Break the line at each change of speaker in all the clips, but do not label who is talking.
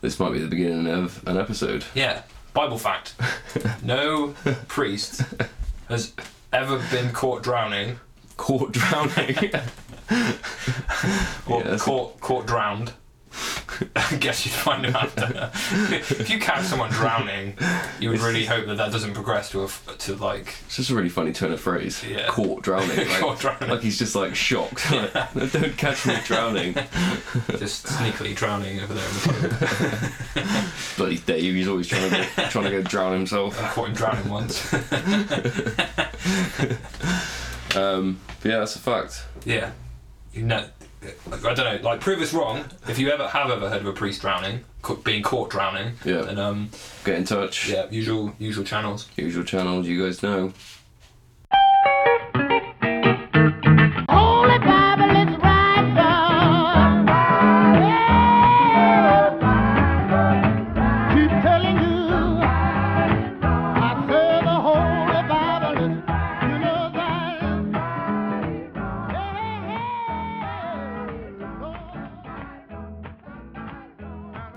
This might be the beginning of an episode.
Yeah, Bible fact. No priest has ever been caught drowning
Caught drowning.
or
Yeah, that's a-
caught caught drowned. I guess you'd find him after. if you catch someone drowning, you would really hope that that doesn't progress to a f- to like
it's just a really funny turn of phrase.
Yeah.
Caught drowning. Like,
Caught drowning.
like he's just like shocked. Like, Don't catch me drowning.
just sneakily drowning over there. In the boat.
Bloody Dave, he's always trying to go, trying to go drown himself.
I caught him drowning once.
Um, but yeah, that's a fact.
yeah, you know, like, I don't know. Like prove us wrong. If you ever have ever heard of a priest drowning, ca- being caught drowning,
Yeah.
then um
Get in touch.
yeah, usual usual channels.
Usual channel, you guys know.
Holy Bible is right, son. Keep telling you, I said the Holy Bible is, you know that.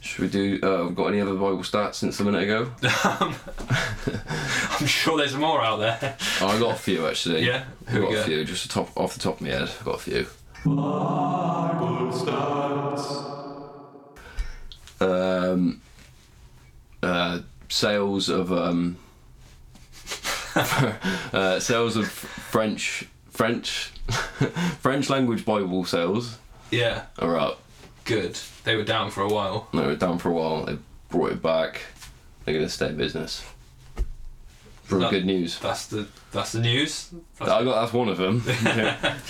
Should we do? Uh, I've got any other Bible stats since a minute ago?
Um, I'm sure there's more out there.
Oh, I got a few actually.
Yeah,
I
here we
got a
go.
few. Just the top off the top of my head, I got a few. Um, uh, sales of um, uh, sales of French French French language Bible sales
Yeah,
are up.
good. They were down for a while.
They were down for a while. They brought it back. They're gonna stay in business. Real
That-
good news.
That's the that's the news. That's-
I got that's one of them.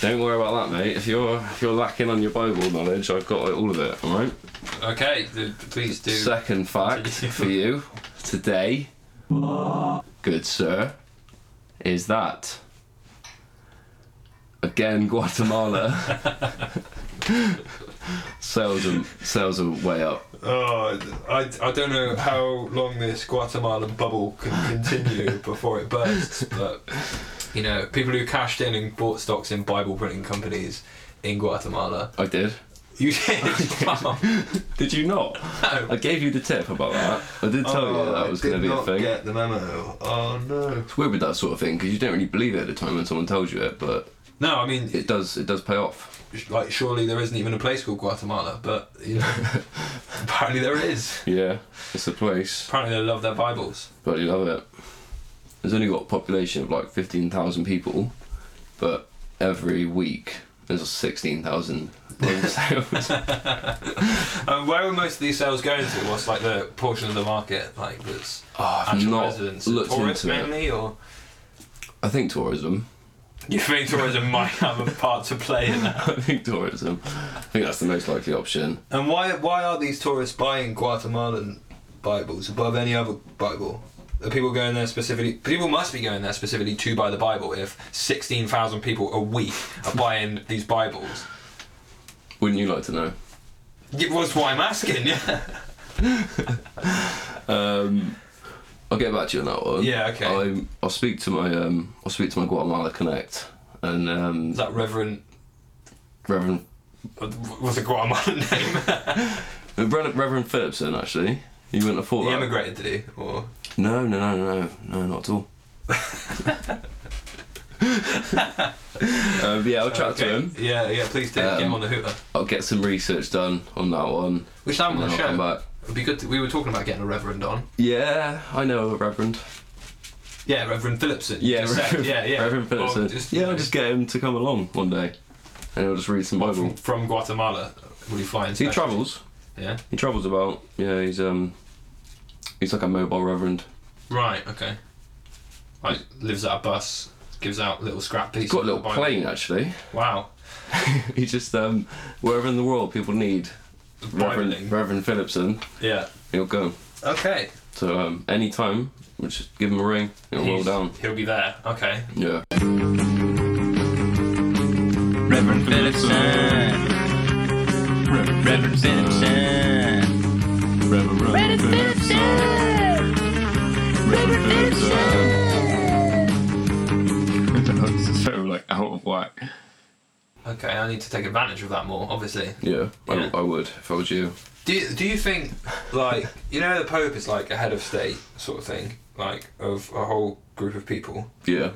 Don't worry about that, mate. If you're if you're lacking on your Bible knowledge, I've got all of it. All right.
okay, th- please do.
Second fact for you today, good sir, is that again Guatemala sales are sales are way up.
Oh, I, I don't know how long this Guatemalan bubble can continue before it bursts, but you know, people who cashed in and bought stocks in Bible printing companies in Guatemala.
I did.
You did. Wow.
Did you not? I gave you the tip about that. I did tell
Oh,
you that was going to be a thing.
the memo. Oh no.
It's weird with that sort of thing because you don't really believe it at the time when someone tells you it, but
No, I mean,
it does it does pay off.
like surely there isn't even a place called Guatemala, but you know, apparently there is.
Yeah, it's a place,
Apparently they love their Bibles.
but you love it. It's only got a population of like 15,000 people, but every week there's 16,000 Bible sales.
Um, where are most of these sales going to? What's like the portion of the market like that's
Oh, I've
actual
not
residents?
looked
Tourists
into it.
mainly, or
I think tourism.
you think tourism might have a part to play in that?
I think tourism. I think that's the most likely option.
And why why are these tourists buying Guatemalan Bibles above any other Bible? Are people going there specifically? People must be going there specifically to buy the Bible. If sixteen thousand people a week are buying these Bibles,
Wouldn't you like to know?
it was why I'm asking. Yeah.
Um, I'll get back to you on that one.
Yeah, okay.
i I'll speak to my um, I'll speak to my Guatemala Connect and um,
Is that Reverend? uh,
Reverend
What's a Guatemalan name?
Reverend Reverend Phillipson actually. You wouldn't have thought
he
that.
emigrated, did he? Or
No, no, no, no, no, not at all. um, yeah, I'll chat to him.
Yeah, yeah. Please do get
Um,
him on the hooter.
I'll get some research done on that one.
Which time
and
on
then
the
I'll come
show?
back.
It'd be good. To, we were talking about getting a reverend on.
Yeah, I know a Reverend.
Yeah, Reverend Phillipson. you
Yeah,
just said.
Reverend,
yeah, yeah.
Reverend Phillipson.
Or just-
yeah, I'll just get him to come along one day, and he'll just read some Bible.
from, from Guatemala. Will he fly in?
He
special?
travels.
Yeah.
He travels about. Yeah, he's um, he's like a mobile Reverend.
Right. Okay. Like lives at a bus, gives out little scrap pieces.
He's got a little
of the Bible.
plane actually.
Wow.
he just um, wherever in the world people need Reverend
Bibling.
Reverend Phillipson,
Yeah.
he'll go.
Okay.
So um, any time, we'll just give him a ring. It'll roll
He's-
down.
He'll be there. Okay.
Yeah.
Reverend Phillipson. Reverend Phillipson. Reverend Reverend Phillipson. So like out of whack.
Okay. I need to take advantage of that more. Obviously.
Yeah, I,
Yeah.
I would if I was you.
Do you, do you think, like, you know, the Pope is like a head of state sort of thing, like, of a whole group of people?
Yeah.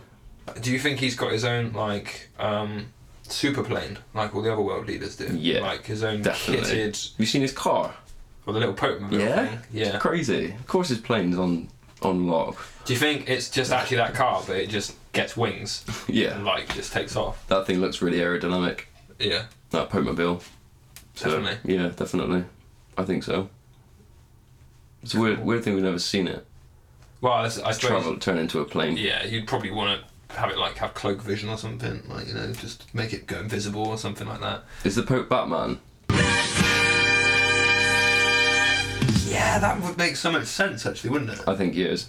Do you think he's got his own, like, um, super plane, like all the other world leaders do?
Yeah,
Like, his own
Definitely.
kitted,
Have you seen his car?
or the little Pope mobile
Yeah.
thing? Yeah.
It's crazy. Of course, his plane's on on lock.
Do you think it's just actually that car, but it just gets wings and,
Yeah.
like, just takes off?
That thing looks really aerodynamic.
Yeah.
That Popemobile. So,
Definitely.
Yeah, definitely. I think so. It's a weird, weird thing we've never seen it.
Well, I, I suppose.
Travel turn into a plane.
Yeah, you'd probably want to have it, like, have cloak vision or something, like, you know, just make it go invisible or something like that.
Is the Pope Batman?
Yeah, that would make so much sense, actually, wouldn't it?
I think he is.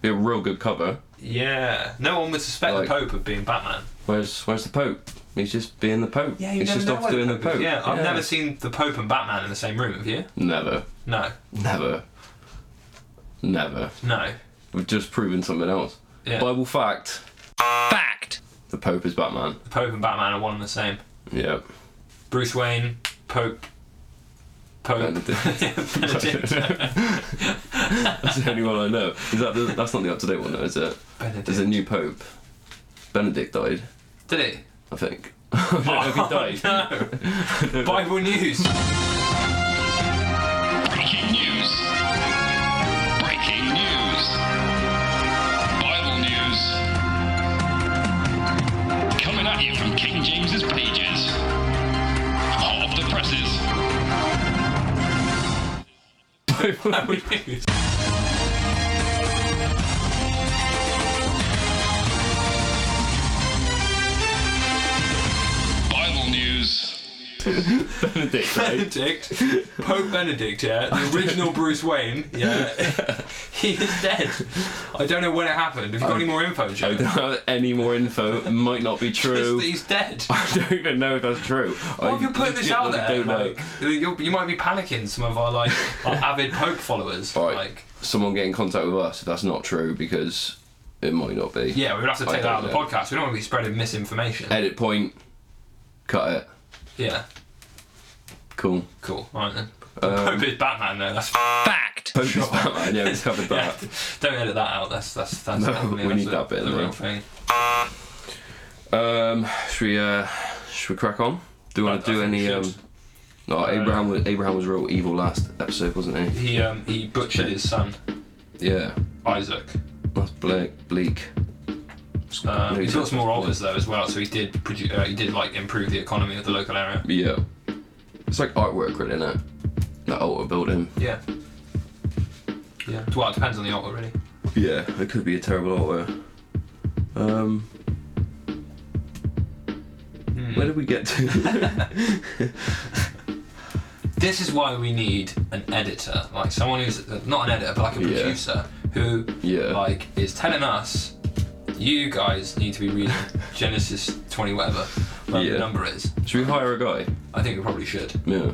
Be a real good cover.
Yeah, no one would suspect
Like-
the Pope of being Batman.
Where's Where's the Pope? He's just being the Pope. He's just off doing the Pope.
Yeah, I've never seen the Pope and Batman in the same room. Have you?
Never,
No,
never, never.
no.
We've just proven something else.
Yeah,
Bible fact:
Fact.
the Pope is Batman.
the Pope and Batman are one and the same.
Yeah.
Bruce Wayne, Pope, Pope.
Benedict.
Yeah, Benedict.
That's the only one I know. Is that the, that's not the up to date one though, is it? There's a
Benedict.
new Pope. Benedict died,
Did it?
I think. I don't know if he
Oh,
died.
no. Bible news.
Breaking news. Breaking news. Bible news. Coming at you from King James's pages. Hot off the presses.
Bible news.
Bible news.
Benedict died.
Benedict, Pope Benedict, yeah, the original Bruce Wayne, yeah, he is dead. I don't know when it happened. Have you got any more info,
I
Joe?
don't have any more info. It might not be
Just
true.
that he's dead.
I don't even know if that's true.
Why
I
have you put this out
legitimately
there?
don't know.
Like, you you might be panicking some of our like our avid Pope followers.
All right.
Like,
Someone get in contact with us if that's not true because it might not be.
yeah, we would have to
I
take that out of the
don't
podcast. We don't want to be spreading misinformation.
Edit point. Cut it.
yeah,
Cool.
cool. All right then.
Um,
Pope is Batman though. That's f-
Fact.
Pope is Batman. Yeah, we've covered
yeah.
that.
Don't edit that out. That's that's that's
No,
definitely-
we
that's
need
the-
that bit in
the
there.
real thing.
Um, should we uh, should we crack on? Do you
I-
want
I
to do
think we
any? Um,
should. Uh,
no, Abraham was Abraham was real evil last episode, wasn't he?
He um he butchered his son
Yeah,
Isaac.
that's bleak. Bleak.
Um,
Yeah,
he's got some
exactly.
more offers though as well. So he did produ- uh, he did like improve the economy of the local area.
Yeah, it's like artwork, really, isn't it? That altar building.
Yeah. Yeah. Well, it depends on the altar really.
Yeah, it could be a terrible altar. Um,
Hmm.
where did we get to?
This is why we need an editor, like someone who's uh, not an editor, but like a
Yeah.
producer who,
Yeah.
like, is telling us, you guys need to be reading Genesis twenty whatever, whatever
Yeah.
the number is.
should we hire a guy?
I think we probably should.
Yeah.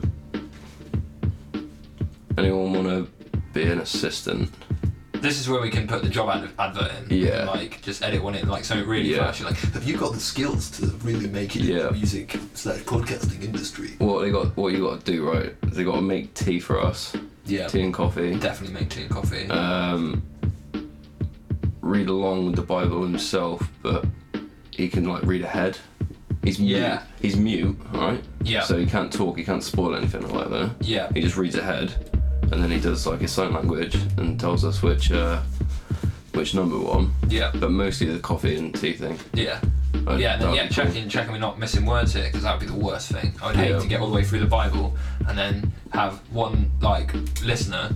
Anyone want to be an assistant?
This is where we can put the job ad- advert in.
Yeah.
like just edit one in, like so it really
Yeah.
flashy. Like,
Have you got the skills to really make it
Yeah.
in the music slash podcasting industry?
What they got? What you got to do, right? is They got to make tea for us.
yeah,
Tea and coffee.
definitely make tea and coffee.
um, read along with the Bible himself, but he can like read ahead. He's mute.
Yeah.
He's mute, right?
Yeah.
So he can't talk. He can't spoil anything or whatever.
yeah,
He just reads ahead, and then he does like his sign language and tells us which uh, which number one.
yeah,
But mostly the coffee and tea thing.
yeah.
I-
Yeah,
that'd
then, yeah,
be cool.
checking, checking we're not missing words here because that would be the worst thing. I'd hate
Yeah.
to get all the way through the Bible and then have one like listener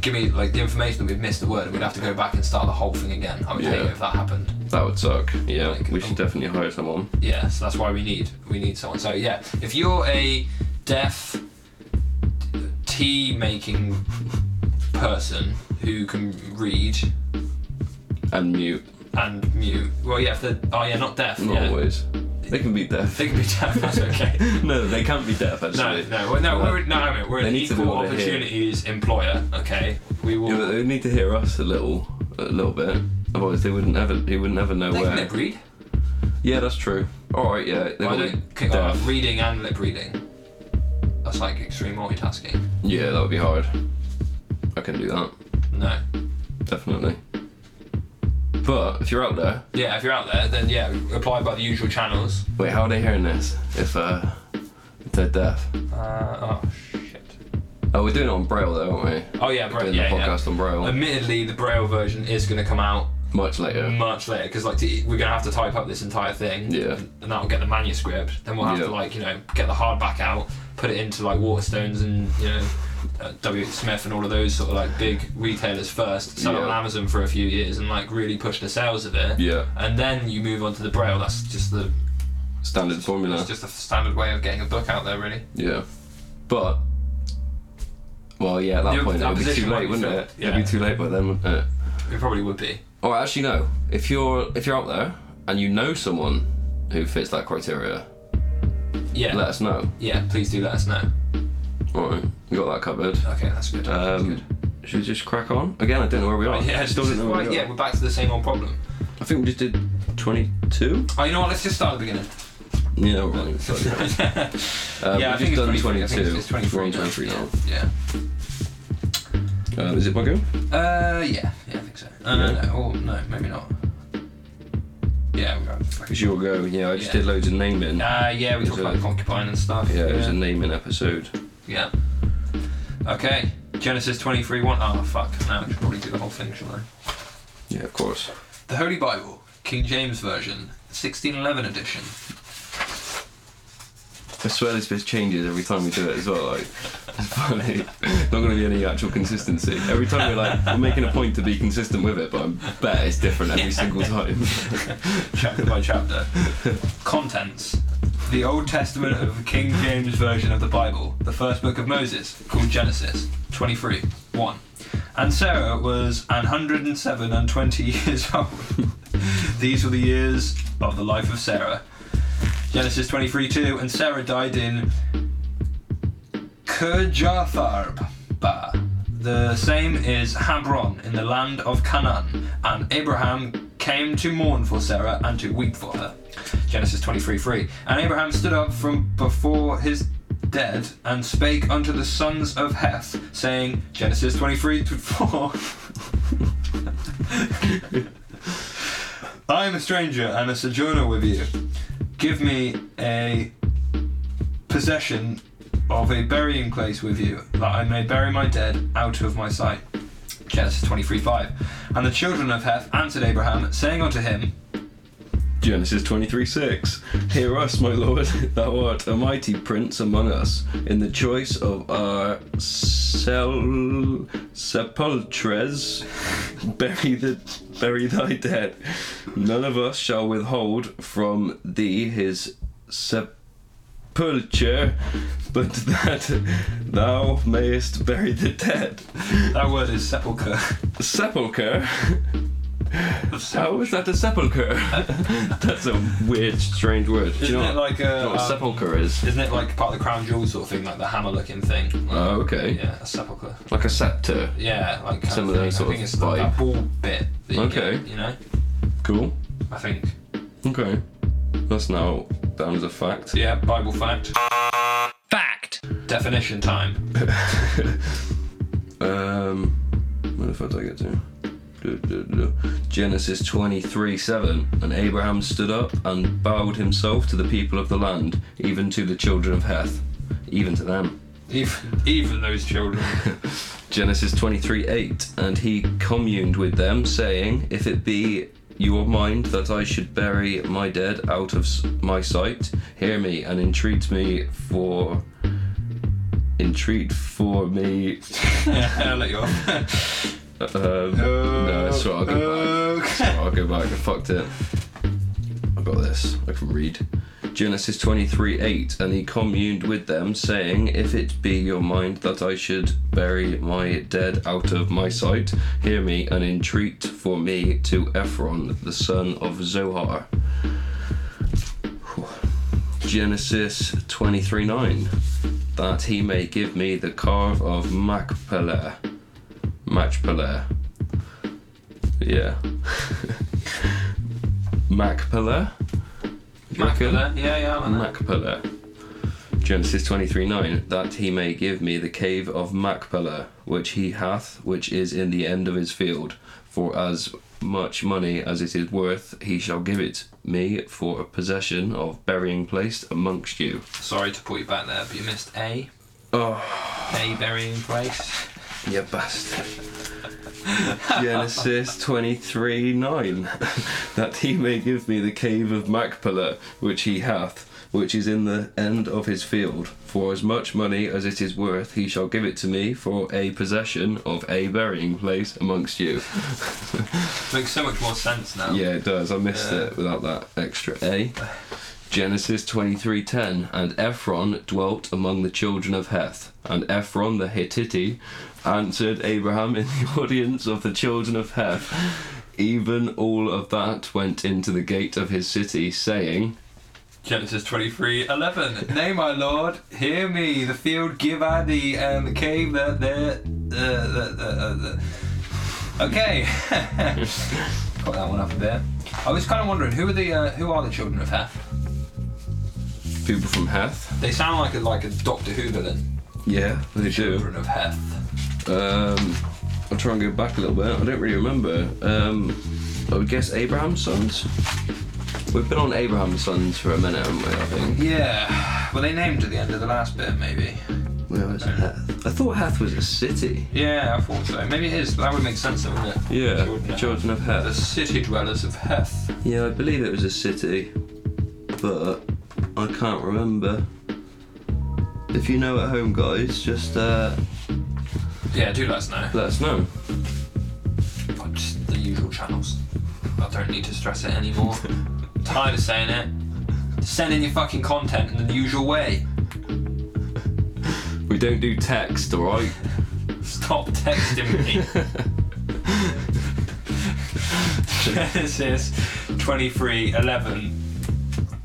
give me like the information that we've missed the word and we'd have to go back and start the whole thing again. I would hate
Yeah.
it if that happened.
That would suck. Yeah.
Like,
we should
um,
definitely hire someone.
Yeah, so that's why we need we need someone. So yeah, if you're a deaf tea making person who can read
And mute.
and mute, well yeah, if they're oh yeah, not deaf,
Not
yeah,
always. They can be deaf.
they can be deaf. That's okay.
no, they can't be deaf. Actually. Uh,
No, no, we're, no, we're, no, I mean, we're
They
an
need to be
equal
able to hear.
opportunities employer, okay? We will.
Yeah, but they need to hear us a little, a little bit. Otherwise, they wouldn't ever, they wouldn't ever know
they
where.
can lip read.
Yeah, that's true. All right, yeah. They
Why
got
don't, can, uh,
deaf.
reading and lip reading. I That's like extreme multitasking.
Yeah, that would be hard. I can do that,
No.
definitely. But if you're out there,
Yeah, if you're out there, then yeah, apply by the usual channels.
wait, how are they hearing this? If uh, if they're deaf.
Uh, oh shit.
Oh, we're doing it on Braille though, aren't we?
Oh yeah, Braille.
Doing
Yeah, Um,
the
yeah.
podcast on Braille
Admittedly, the Braille version is going to come out
much later.
much later because like to, we're gonna have to type up this entire thing
Yeah.
and that'll get the manuscript then we'll have
Yeah.
to like you know get the hardback out put it into like waterstones and you know uh, w smith and all of those sort of like big retailers first sell it on
Yeah.
amazon for a few years and like really push the sales of it
Yeah.
and then you move on to the braille that's just the
Standard formula.
that's just the standard way of getting a book out there really
Yeah. But well, yeah, at that
The-
point
that
it would be
position
too
might
late,
be
wouldn't
filled,
it?
yeah.
It'd be too late by then, wouldn't it?
it probably would be
Or actually, no. If you're if you're out there and you know someone who fits that criteria,
yeah
let us know.
yeah please do let us know
All right, we got that covered.
okay that's good that's
Um,
good
should we just crack on again? I don't know where we are.
yeah,
Still don't know where
right,
we are.
yeah, we're back to the same old problem.
I think we just did twenty-two.
Oh, you know what? Let's just start at the beginning.
Yeah, we're on. Sorry. Um,
yeah, I
we've
think
just done
it's 23. I think
twenty-two.
it's- it's 23
We're on
now.
twenty-three now.
Yeah.
Um, is it my go?
Uh, yeah, yeah, I think so. Uh, no,
Yeah.
no, oh, no, maybe not. Yeah, we got. fucking-
It's your go. Yeah, I just
Yeah.
did loads of naming.
Uh, yeah, we
Is
talked
it-
about concubine and stuff.
yeah, it was a
yeah.
naming episode.
yeah. Okay, Genesis 23 1. Oh, fuck. Now I should probably do the whole thing, shouldn't I?
Yeah, of course.
The Holy Bible, King James Version, 1611 edition.
I swear this bit changes every time we do it as well. Like, it's funny. Not going to be any actual consistency. Every time we're like, we're making a point to be consistent with it, but I bet it's different every single time.
chapter by chapter. Contents. The Old Testament of the King James Version of the Bible, the first book of Moses, called Genesis, 23, 1. And Sarah was an 107 and 20 years old. These were the years of the life of Sarah. Genesis 23, 2. And Sarah died in Kirjatharba. The same is Hebron in the land of Canaan, and Abraham came to mourn for Sarah and to weep for her. Genesis 23 3. And Abraham stood up from before his dead and spake unto the sons of Heth, saying, Genesis 23 4. I am a stranger and a sojourner with you. Give me a possession of a burying place with you, that I may bury my dead out of my sight. Genesis 23 5. And the children of Heth answered Abraham, saying unto him,
Genesis 23 6. Hear us, my Lord. Thou art a mighty prince among us. In the choice of our sel- sepulchres, bury, the, bury thy dead. None of us shall withhold from thee his sepulchre, but that thou mayest bury the dead.
That word is sepulchre.
Sepulchre? How is that a sepulchre? That's a weird, strange word. Do you
Isn't
know
it
what-
like
do you know
a.
what
um,
sepulchre is?
isn't it like part of the crown jewel sort of thing, like the hammer looking thing? Like,
Oh, okay.
Yeah, a sepulchre.
Like a scepter.
Yeah, like kind
Similar
of thing.
sort
I think
of
it's like
vibe.
that ball bit. That you
Okay.
get, you know,
Cool.
I think.
Okay. That's now down as a fact.
Yeah, Bible fact. Fact. Definition time.
Um, where the fuck did I get to? Du- du- du- Genesis 23 7. And Abraham stood up and bowed himself to the people of the land, even to the children of Heth, even to them.
Even, even those children.
Genesis 23 8, and he communed with them, saying, If it be your mind that I should bury my dead out of s- my sight, hear me and entreat me for. Entreat for me.
I'll let you off.
Um, no, it's all right, I'll go back. It's all right, I'll go back. I fucked it. I've got this. I can read. Genesis 23 8, and he communed with them, saying, If it be your mind that I should bury my dead out of my sight, hear me and entreat for me to Ephron, the son of Zohar. Genesis 23 9, that he may give me the calf of Machpelah. Machpelah. Yeah. Machpelah?
Macula, yeah, yeah, I like that.
Macpilla. Genesis 23:9, that he may give me the cave of Machpelah, which he hath, which is in the end of his field, for as much money as it is worth, he shall give it me for a possession of burying place amongst you.
Sorry to put you back there, but you missed A.
Oh,
A burying place.
you bastard. Genesis 23:9, that he may give me the cave of Machpelah, which he hath, which is in the end of his field. For as much money as it is worth, he shall give it to me for a possession of a burying place amongst you.
Makes so much more sense now.
Yeah, it does. I missed it without that extra A. Genesis 23:10 and Ephron dwelt among the children of Heth and Ephron the Hittite answered Abraham in the audience of the children of Heth even all of that went into the gate of his city saying
Genesis twenty three eleven. Nay, my lord, hear me. The field give I thee, and the cave that there. Uh, the, the, uh, the. Okay. Got that one up a bit. I was kind of wondering who are the uh, who are the children of Heth?
people from Heth
They sound like a like a Doctor Who villain.
yeah they do
Children of Heth.
um, I'll try and go back a little bit I don't really remember um, I would guess Abraham's sons we've been on Abraham's sons for a minute haven't we I think
Yeah. Were they named at the end of the last bit? Maybe.
Where is Heth? I thought Heth was a city.
Yeah, I thought so. Maybe it is. That would make sense, though, wouldn't it?
Yeah,
Children
the
of
children of
Heth. The
Heth.
city dwellers of Heth.
Yeah, I believe it was a city, but I can't remember. If you know at home, guys, just uh,
Yeah, do let us know.
let us know.
But just the usual channels. I don't need to stress it anymore. Tired of saying it. Send in your fucking content in the usual way.
We don't do text, alright?
Stop texting me. Genesis 23:11.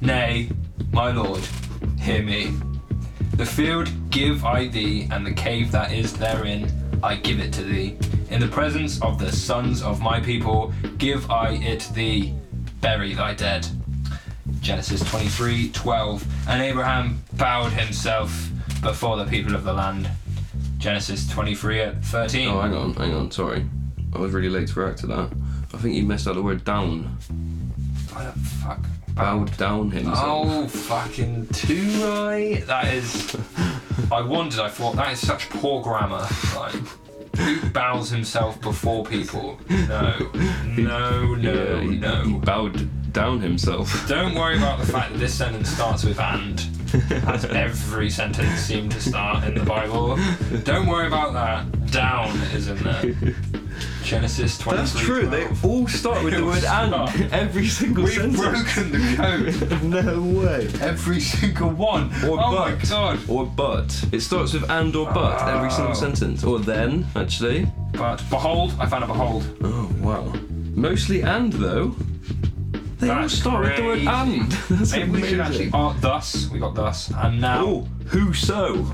Nay, my lord, hear me. The field give I thee, and the cave that is therein, I give it to thee. In the presence of the sons of my people, give I it thee. Bury thy dead. Genesis 23:12. And Abraham bowed himself before the people of the land. Genesis 23:13.
Oh, hang on, hang on, sorry. I was really late to react to that. I think you missed out the word down.
What the fuck?
Bowed down himself.
Oh, fucking too right. That is. I wondered. I thought that is such poor grammar. Like, who bows himself before people? No, no, no,
yeah, he, he
no.
bowed down himself.
Don't worry about the fact that this sentence starts with and, as every sentence seemed to start in the Bible. Don't worry about that. Down is in there. Genesis 23.
all start
with the word and.
Every single
We've broken the code.
no way.
Every single one.
Or
oh my
but.
god.
Or but. It starts with and or but every single
Oh.
sentence. Or then, actually.
But behold, I found a behold.
Oh, wow. Mostly and, though. They all
That's
start with the
crazy.
word and. That's
Maybe we should actually.
amazing.
Oh, thus we got thus, and now
Oh, who so?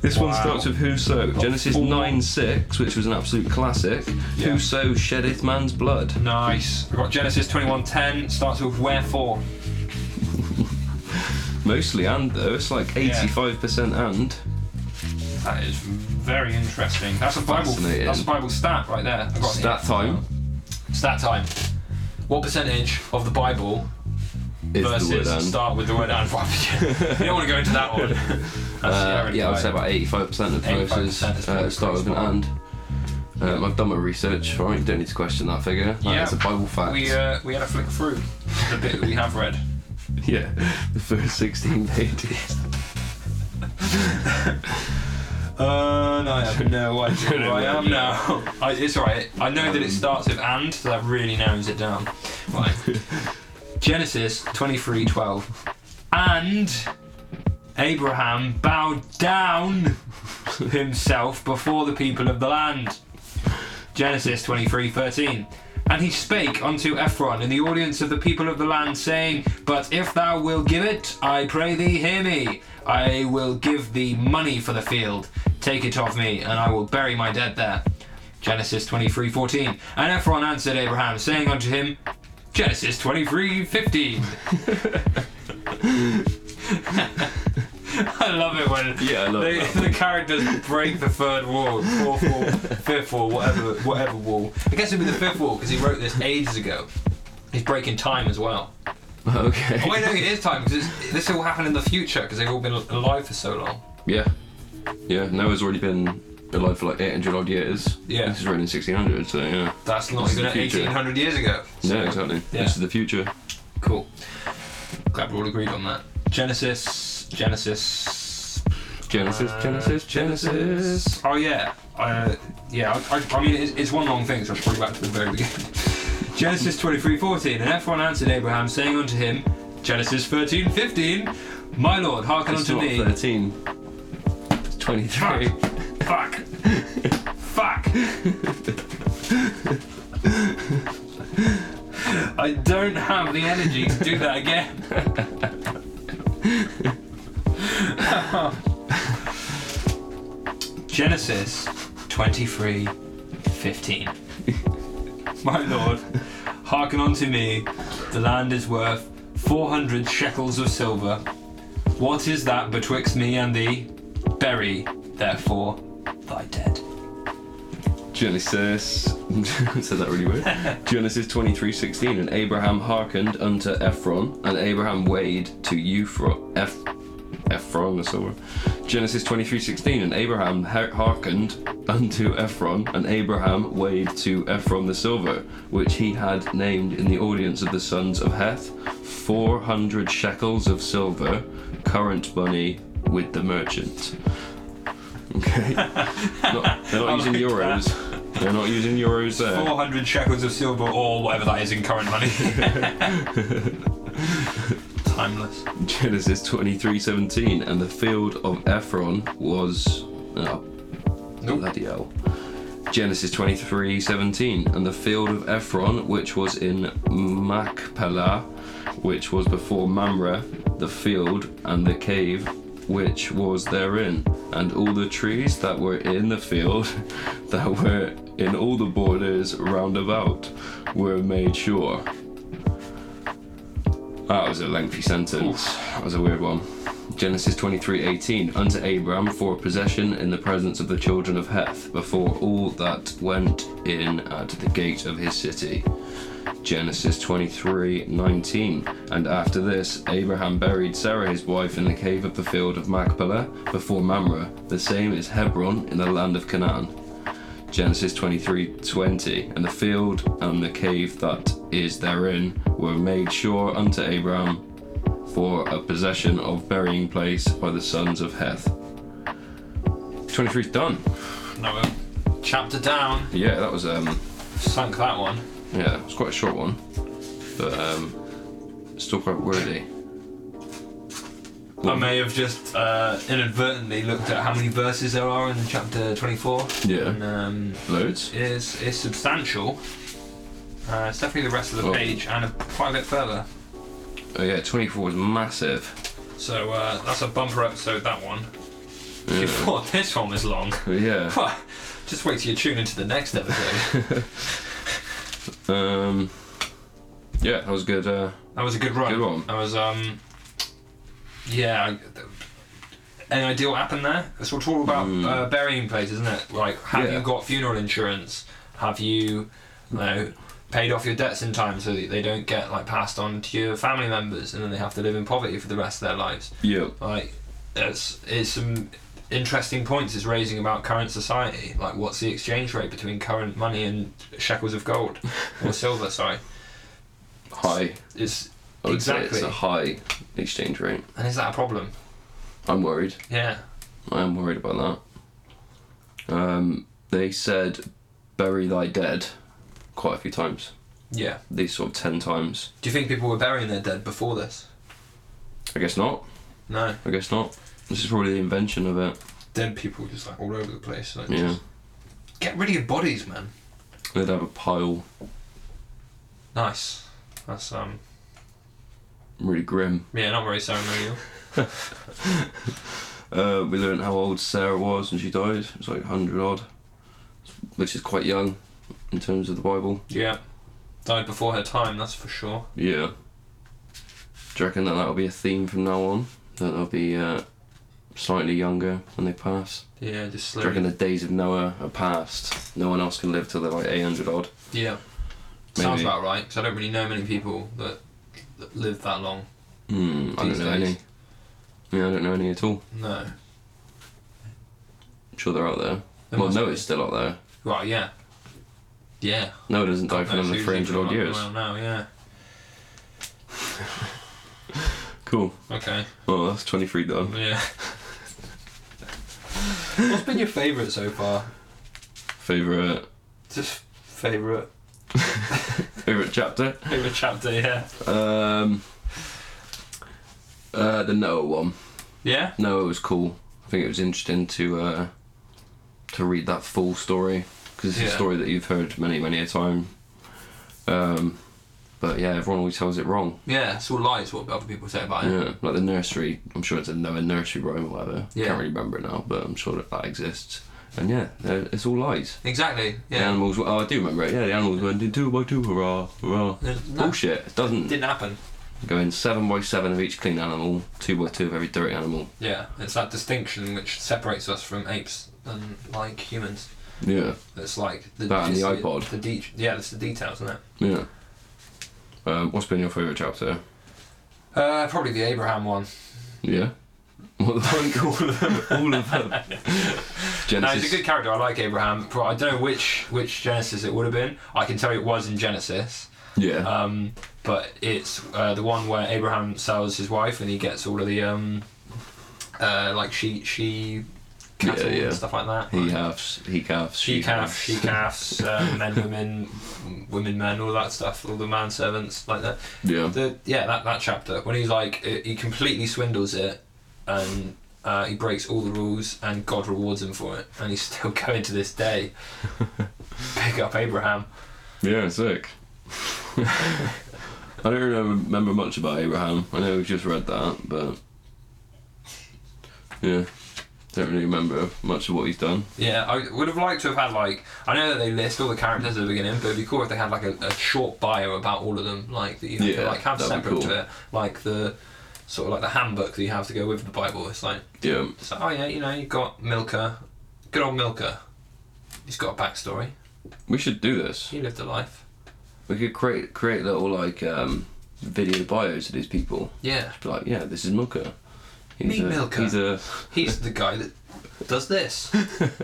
This one
Wow.
starts with who so. Genesis
four.
9 6, which was an absolute classic.
Yeah.
Whoso sheddeth man's blood.
nice. We got Genesis twenty-one ten. Starts with wherefore.
Mostly and, though. It's like 85% and.
That is very interesting. That's a Bible.
Fascinating.
That's a Bible stat right there. I got it
Stat time
here. Stat time. What percentage of the Bible
is the word
verses
and.
start with the word and? you don't want to go into that one. That's,
Uh, yeah, I'd
right.
say about 85% of
85%
verses
is
uh,
pretty
start with an
spot on.
and. Um, I've done my research, all right? Don't need to question that figure. That's
Yeah.
a Bible fact.
We uh, we had a flick through the bit that we have read.
yeah, the first 16 pages.
Uh, no, I have no idea
know
where I
where
am
you
now. Um, I, it's alright. I know that it starts with and, so that really narrows it down. Right. Genesis 23 12. And Abraham bowed down himself before the people of the land. Genesis 23 13. And he spake unto Ephron in the audience of the people of the land, saying, But if thou wilt give it, I pray thee, hear me. I will give thee money for the field. Take it of me, and I will bury my dead there. Genesis 23 14. And Ephron answered Abraham, saying unto him, Genesis 23 15. I love it when
Yeah, I love
the,
that.
the characters break the third wall, fourth wall, fifth wall, whatever, whatever wall. I guess it'd be the fifth wall because he wrote this ages ago. He's breaking time as well.
Okay.
Oh, wait, no, it is time because this will happen in the future because they've all been alive for so long.
Yeah. Yeah, Noah's already been alive for like 800 odd years.
Yeah.
This is written in 1600, so yeah.
That's not
This is
even
the future.
1800 years ago.
Yeah, exactly.
Yeah.
This is the future.
Cool. Glad we all agreed on that. Genesis. Genesis.
Genesis, Genesis, Genesis.
Oh yeah, uh, yeah. I, I, I mean, it's, it's one long thing, so I'm probably back to the very beginning. Genesis twenty three fourteen, and Ephron answered Abraham, saying unto him, Genesis thirteen fifteen, My Lord, hearken
It's
unto
not
me.
13. It's 23.
Fuck. Fuck. Fuck. I don't have the energy to do that again. Genesis 23 15. My lord, hearken unto me. The land is worth 400 shekels of silver. What is that betwixt me and thee? Bury, therefore, thy dead.
Genesis. said that really weird. Genesis 23:16. And Abraham hearkened unto Ephron, and Abraham weighed to Euphron. Eph- Ephron, that's the word. Genesis 23:16. And Abraham he- hearkened unto Ephron, and Abraham weighed to Ephron the silver, which he had named in the audience of the sons of Heth, 400 shekels of silver, current money with the merchant. Okay. Not- they're not using
like
euros. They're not using euros there.
400 shekels of silver or whatever that is in current money. Timeless.
Genesis 23:17, and the field of Ephron was oh, bloody hell. Genesis 23:17, and the field of Ephron, which was in Machpelah, which was before Mamre, the field and the cave which was therein, and all the trees that were in the field, that were in all the borders round about, were made sure. That was a lengthy sentence. That was a weird one. Genesis 23:18 unto Abram for possession in the presence of the children of Heth before all that went in at the gate of his city. Genesis 23:19 and after this Abraham buried Sarah his wife in the cave of the field of Machpelah before Mamre the same is Hebron in the land of Canaan. Genesis 23:20, and the field and the cave that is therein were made sure unto Abraham for a possession of burying place by the sons of Heth. 23's done.
No, uh, chapter down.
Yeah, that was um,
Sunk that one.
yeah, it's quite a short one, but um, still quite wordy.
I may have just uh, inadvertently looked at how many verses there are in chapter 24. And,
Yeah,
um,
loads.
is is substantial. Uh, it's definitely the rest of the
Oh.
page and a, quite a bit further.
Oh yeah, 24 was massive.
So uh, that's a bumper episode. That one.
Yeah.
You thought this one was long?
yeah.
Just wait till you tune into the next episode.
Um, yeah, that was good. Uh,
that was a good run.
Good one.
That was um. Yeah. I- Any idea what happened there? It's all talk about uh, burying place, isn't it? Like, have
Mm. Yeah.
you got funeral insurance? Have you, you know, paid off your debts in time so that they don't get like passed on to your family members, and then they have to live in poverty for the rest of their lives?
yeah.
like it's, it's some interesting points it's raising about current society like what's the exchange rate between current money and shekels of gold or silver sorry
High.
it's
I would say
exactly
it's a high exchange rate.
and is that a problem
I'm worried.
yeah
I am worried about that. Um, they said bury thy dead quite a few times.
yeah
These sort of ten times.
do you think people were burying their dead before this
I guess not.
no
I guess not. This is probably the invention of it.
dead people just like all over the place like,
Yeah.
just- get rid of your bodies man
They'd have a pile
nice that's um
really grim.
yeah not very ceremonial
Uh, we learned how old Sarah was when she died. It was like 100 odd, which is quite young in terms of the Bible.
yeah died before her time that's for sure
Yeah. Do you reckon that that'll be a theme from now on? That there'll be uh, slightly younger when they pass.
Yeah, just
I reckon
slowly.
the days of Noah are past. No one else can live till they're like 800 odd.
Yeah. Sounds about right, because I don't really know many people that, that live that long.
Hmm, I don't
These
know
days.
any. Yeah, I don't know any at all.
No.
I'm sure they're out there.
There
well,
must
Noah's
be.
still out there.
Right, yeah. Yeah.
Noah doesn't die for
No,
another
seriously,
300
we're
odd
not
years.
Well, now, yeah.
Cool.
Okay.
Well, that's 23 done.
Yeah.
What's been your favourite so far?
Favorite
Just favourite.
favorite chapter?
Favorite chapter, yeah.
Um, uh, the Noah one.
Yeah?
Noah was cool. I think it was interesting to uh, to read that full story because it's a
Yeah.
story that you've heard many, many a time. Um, but yeah, everyone always tells it wrong.
Yeah, it's all lies what other people say about it.
Yeah, like the nursery. I'm sure it's a Noah nursery rhyme or whatever.
Yeah.
Can't really remember it now, but I'm sure that that exists. And yeah, they're- it's all lies.
Exactly,
The
yeah.
animals. Oh, I do remember it. Yeah, the animals went in two by two. Hurrah, hurrah.
No,
Bullshit. It doesn't.
Didn't happen.
Go in seven by seven of each clean animal, two by two of every dirty animal.
Yeah, it's that distinction which separates us from apes and like humans.
Yeah,
It's like the
That and the
just
iPod.
The de- yeah, it's the details, isn't it?
yeah. Um, what's been your favourite chapter?
Uh, probably the Abraham one.
Yeah. What the fuck?
all of them.
All of them.
No, he's a
Genesis.
good character. I like Abraham. Pro- I don't know which which Genesis it would have been. I can tell you it was in Genesis.
Yeah.
Um, but it's uh, the one where Abraham sells his wife and he gets all of the um, uh, like she she cattle
Yeah, yeah.
and stuff like that.
he
Like,
calves. He calves.
she calf, she calves, um, men, women, women, men, all that stuff, all the manservants, like that.
Yeah.
The yeah, that, that chapter when he's like uh, he completely swindles it, and uh, he breaks all the rules, and God rewards him for it, and he's still going to this day. Pick up Abraham.
Yeah. Sick. I don't really remember much about Abraham. I know we just read that, but yeah, don't really remember much of what he's done.
Yeah, I would have liked to have had like I know that they list all the characters at the beginning, but it'd be cool if they had like a, a short bio about all of them, like that you have to
Yeah,
like have
that'd be
separate
cool.
to it, like the sort of like the handbook that you have to go with the Bible. It's like
Yeah.
So, oh yeah, you know, you got Milka, good old Milka. He's got a backstory.
We should do this.
He lived a life.
We could create create little like um, video bios of these people.
Yeah,
Be like, yeah, this is Milka. He's
Meet
a,
Milka.
He's a
he's the guy that does this.
he's like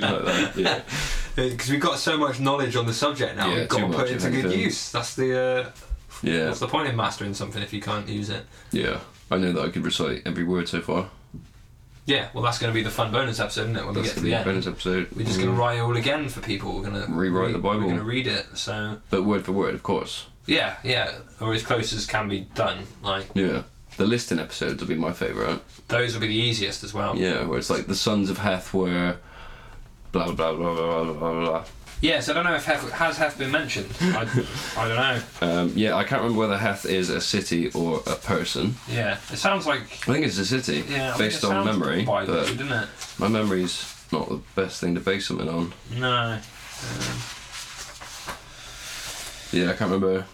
that. Yeah.
Because we've got so much knowledge on the subject now,
Yeah,
we've got
too
to put
much,
it
I
to
think,
good
um,
use. That's the. Uh,
Yeah.
What's the point in mastering something if you can't use it?
Yeah. I know that I could recite every word so far.
Yeah, well, that's going to be the fun bonus episode, isn't it? When
That's
we get to
the
the end,
bonus episode. Mm.
we're just going to write it all again for people. We're going to
Rewrite the Bible.
We're going to read it. So
But word for word, of course.
yeah, yeah, or as close as can be done. Like
Yeah. The listing episodes will be my favourite.
those will be the easiest as well.
Yeah, where it's like the sons of Heth were blah blah blah blah blah blah blah.
Yeah, so I don't know if Hef, has Hef been mentioned. I, I don't know.
Um, yeah, I can't remember whether Heth is a city or a person.
Yeah, it sounds like
I think it's a city
Yeah, I think
based
it
on
sounds
memory,
by
but
didn't it?
my memory's not the best thing to base something on.
No.
Yeah, I can't remember.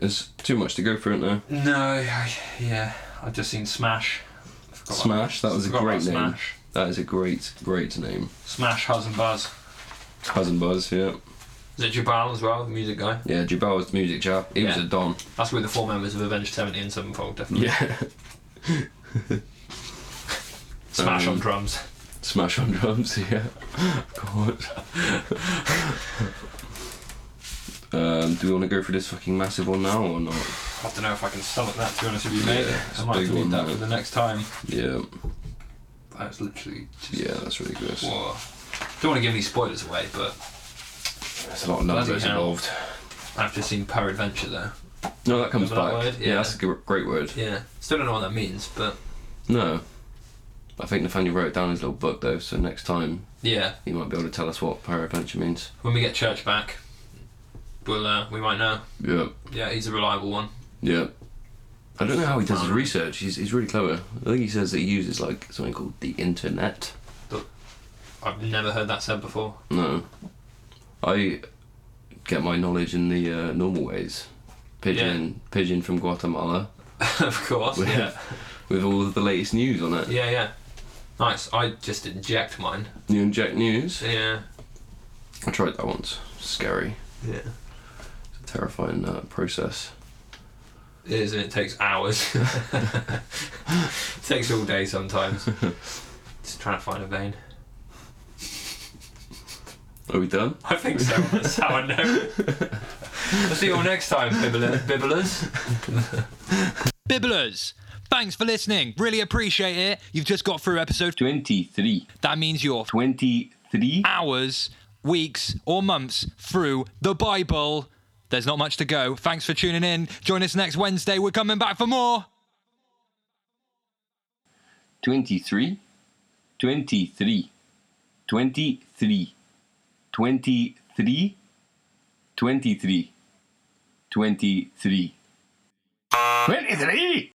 There's too much to go through, isn't there?
No, I, yeah. I've just seen Smash. I forgot about-
Smash, that was a
forgot
great
about
name.
Smash.
That is a great, great name.
Smash, Huzz and Buzz.
Haz and Buzz, yeah.
Is it Jabal as well, the music guy?
Yeah, Jabal was the music chap. He was
Yeah.
a Don.
That's with the four members of Avenged 70 and Sevenfold, definitely.
Yeah.
Smash
Um,
on drums.
Smash on drums, yeah. Of course. um, do we want to go for this fucking massive one now or not?
I don't know if I can stomach that, to be honest with you, mate.
Yeah, it's
I
a
might have
big
to leave
one,
that
though.
for the next time.
Yeah.
That's literally just...
Yeah, that's ridiculous.
Whoa. Don't want to give any spoilers away, but
There's a lot of
Bloody
numbers
hell.
involved.
I've just seen Peradventure there.
No, that comes
Remember that
back.
word?
Yeah.
Yeah.
that's a gr- great word.
Yeah. Still don't know what that means, but
No. I think Nathaniel wrote it down in his little book though, so next time
yeah.
he might be able to tell us what peradventure means.
When we get Church back, we'll, uh, we might know.
Yeah.
Yeah, he's a reliable one.
Yeah. I don't know how he does his research. He's, he's really clever. I think he says that he uses like something called the internet.
I've never heard that said before.
No. I get my knowledge in the uh, normal ways. Pigeon, pigeon from Guatemala.
of course.
with,
Yeah.
with all of the latest news on it.
Yeah, yeah. Nice. I just inject mine.
New and Jack News.
Yeah.
I tried that once. Scary.
Yeah.
It's a terrifying uh, process.
It is, and it takes hours. takes all day sometimes. Just trying to find a vein.
Are we done?
I think so. That's how I know. I'll see you all next time, Bibblers. Bibblers.
Bibblers! Thanks for listening. Really appreciate it. You've just got through episode.
23.
That means you're
23.
hours, weeks, or months through the Bible. There's not much to go. Thanks for tuning in. Join us next Wednesday. We're coming back for more.
23. 23. 23. 23. 23. 23. 23.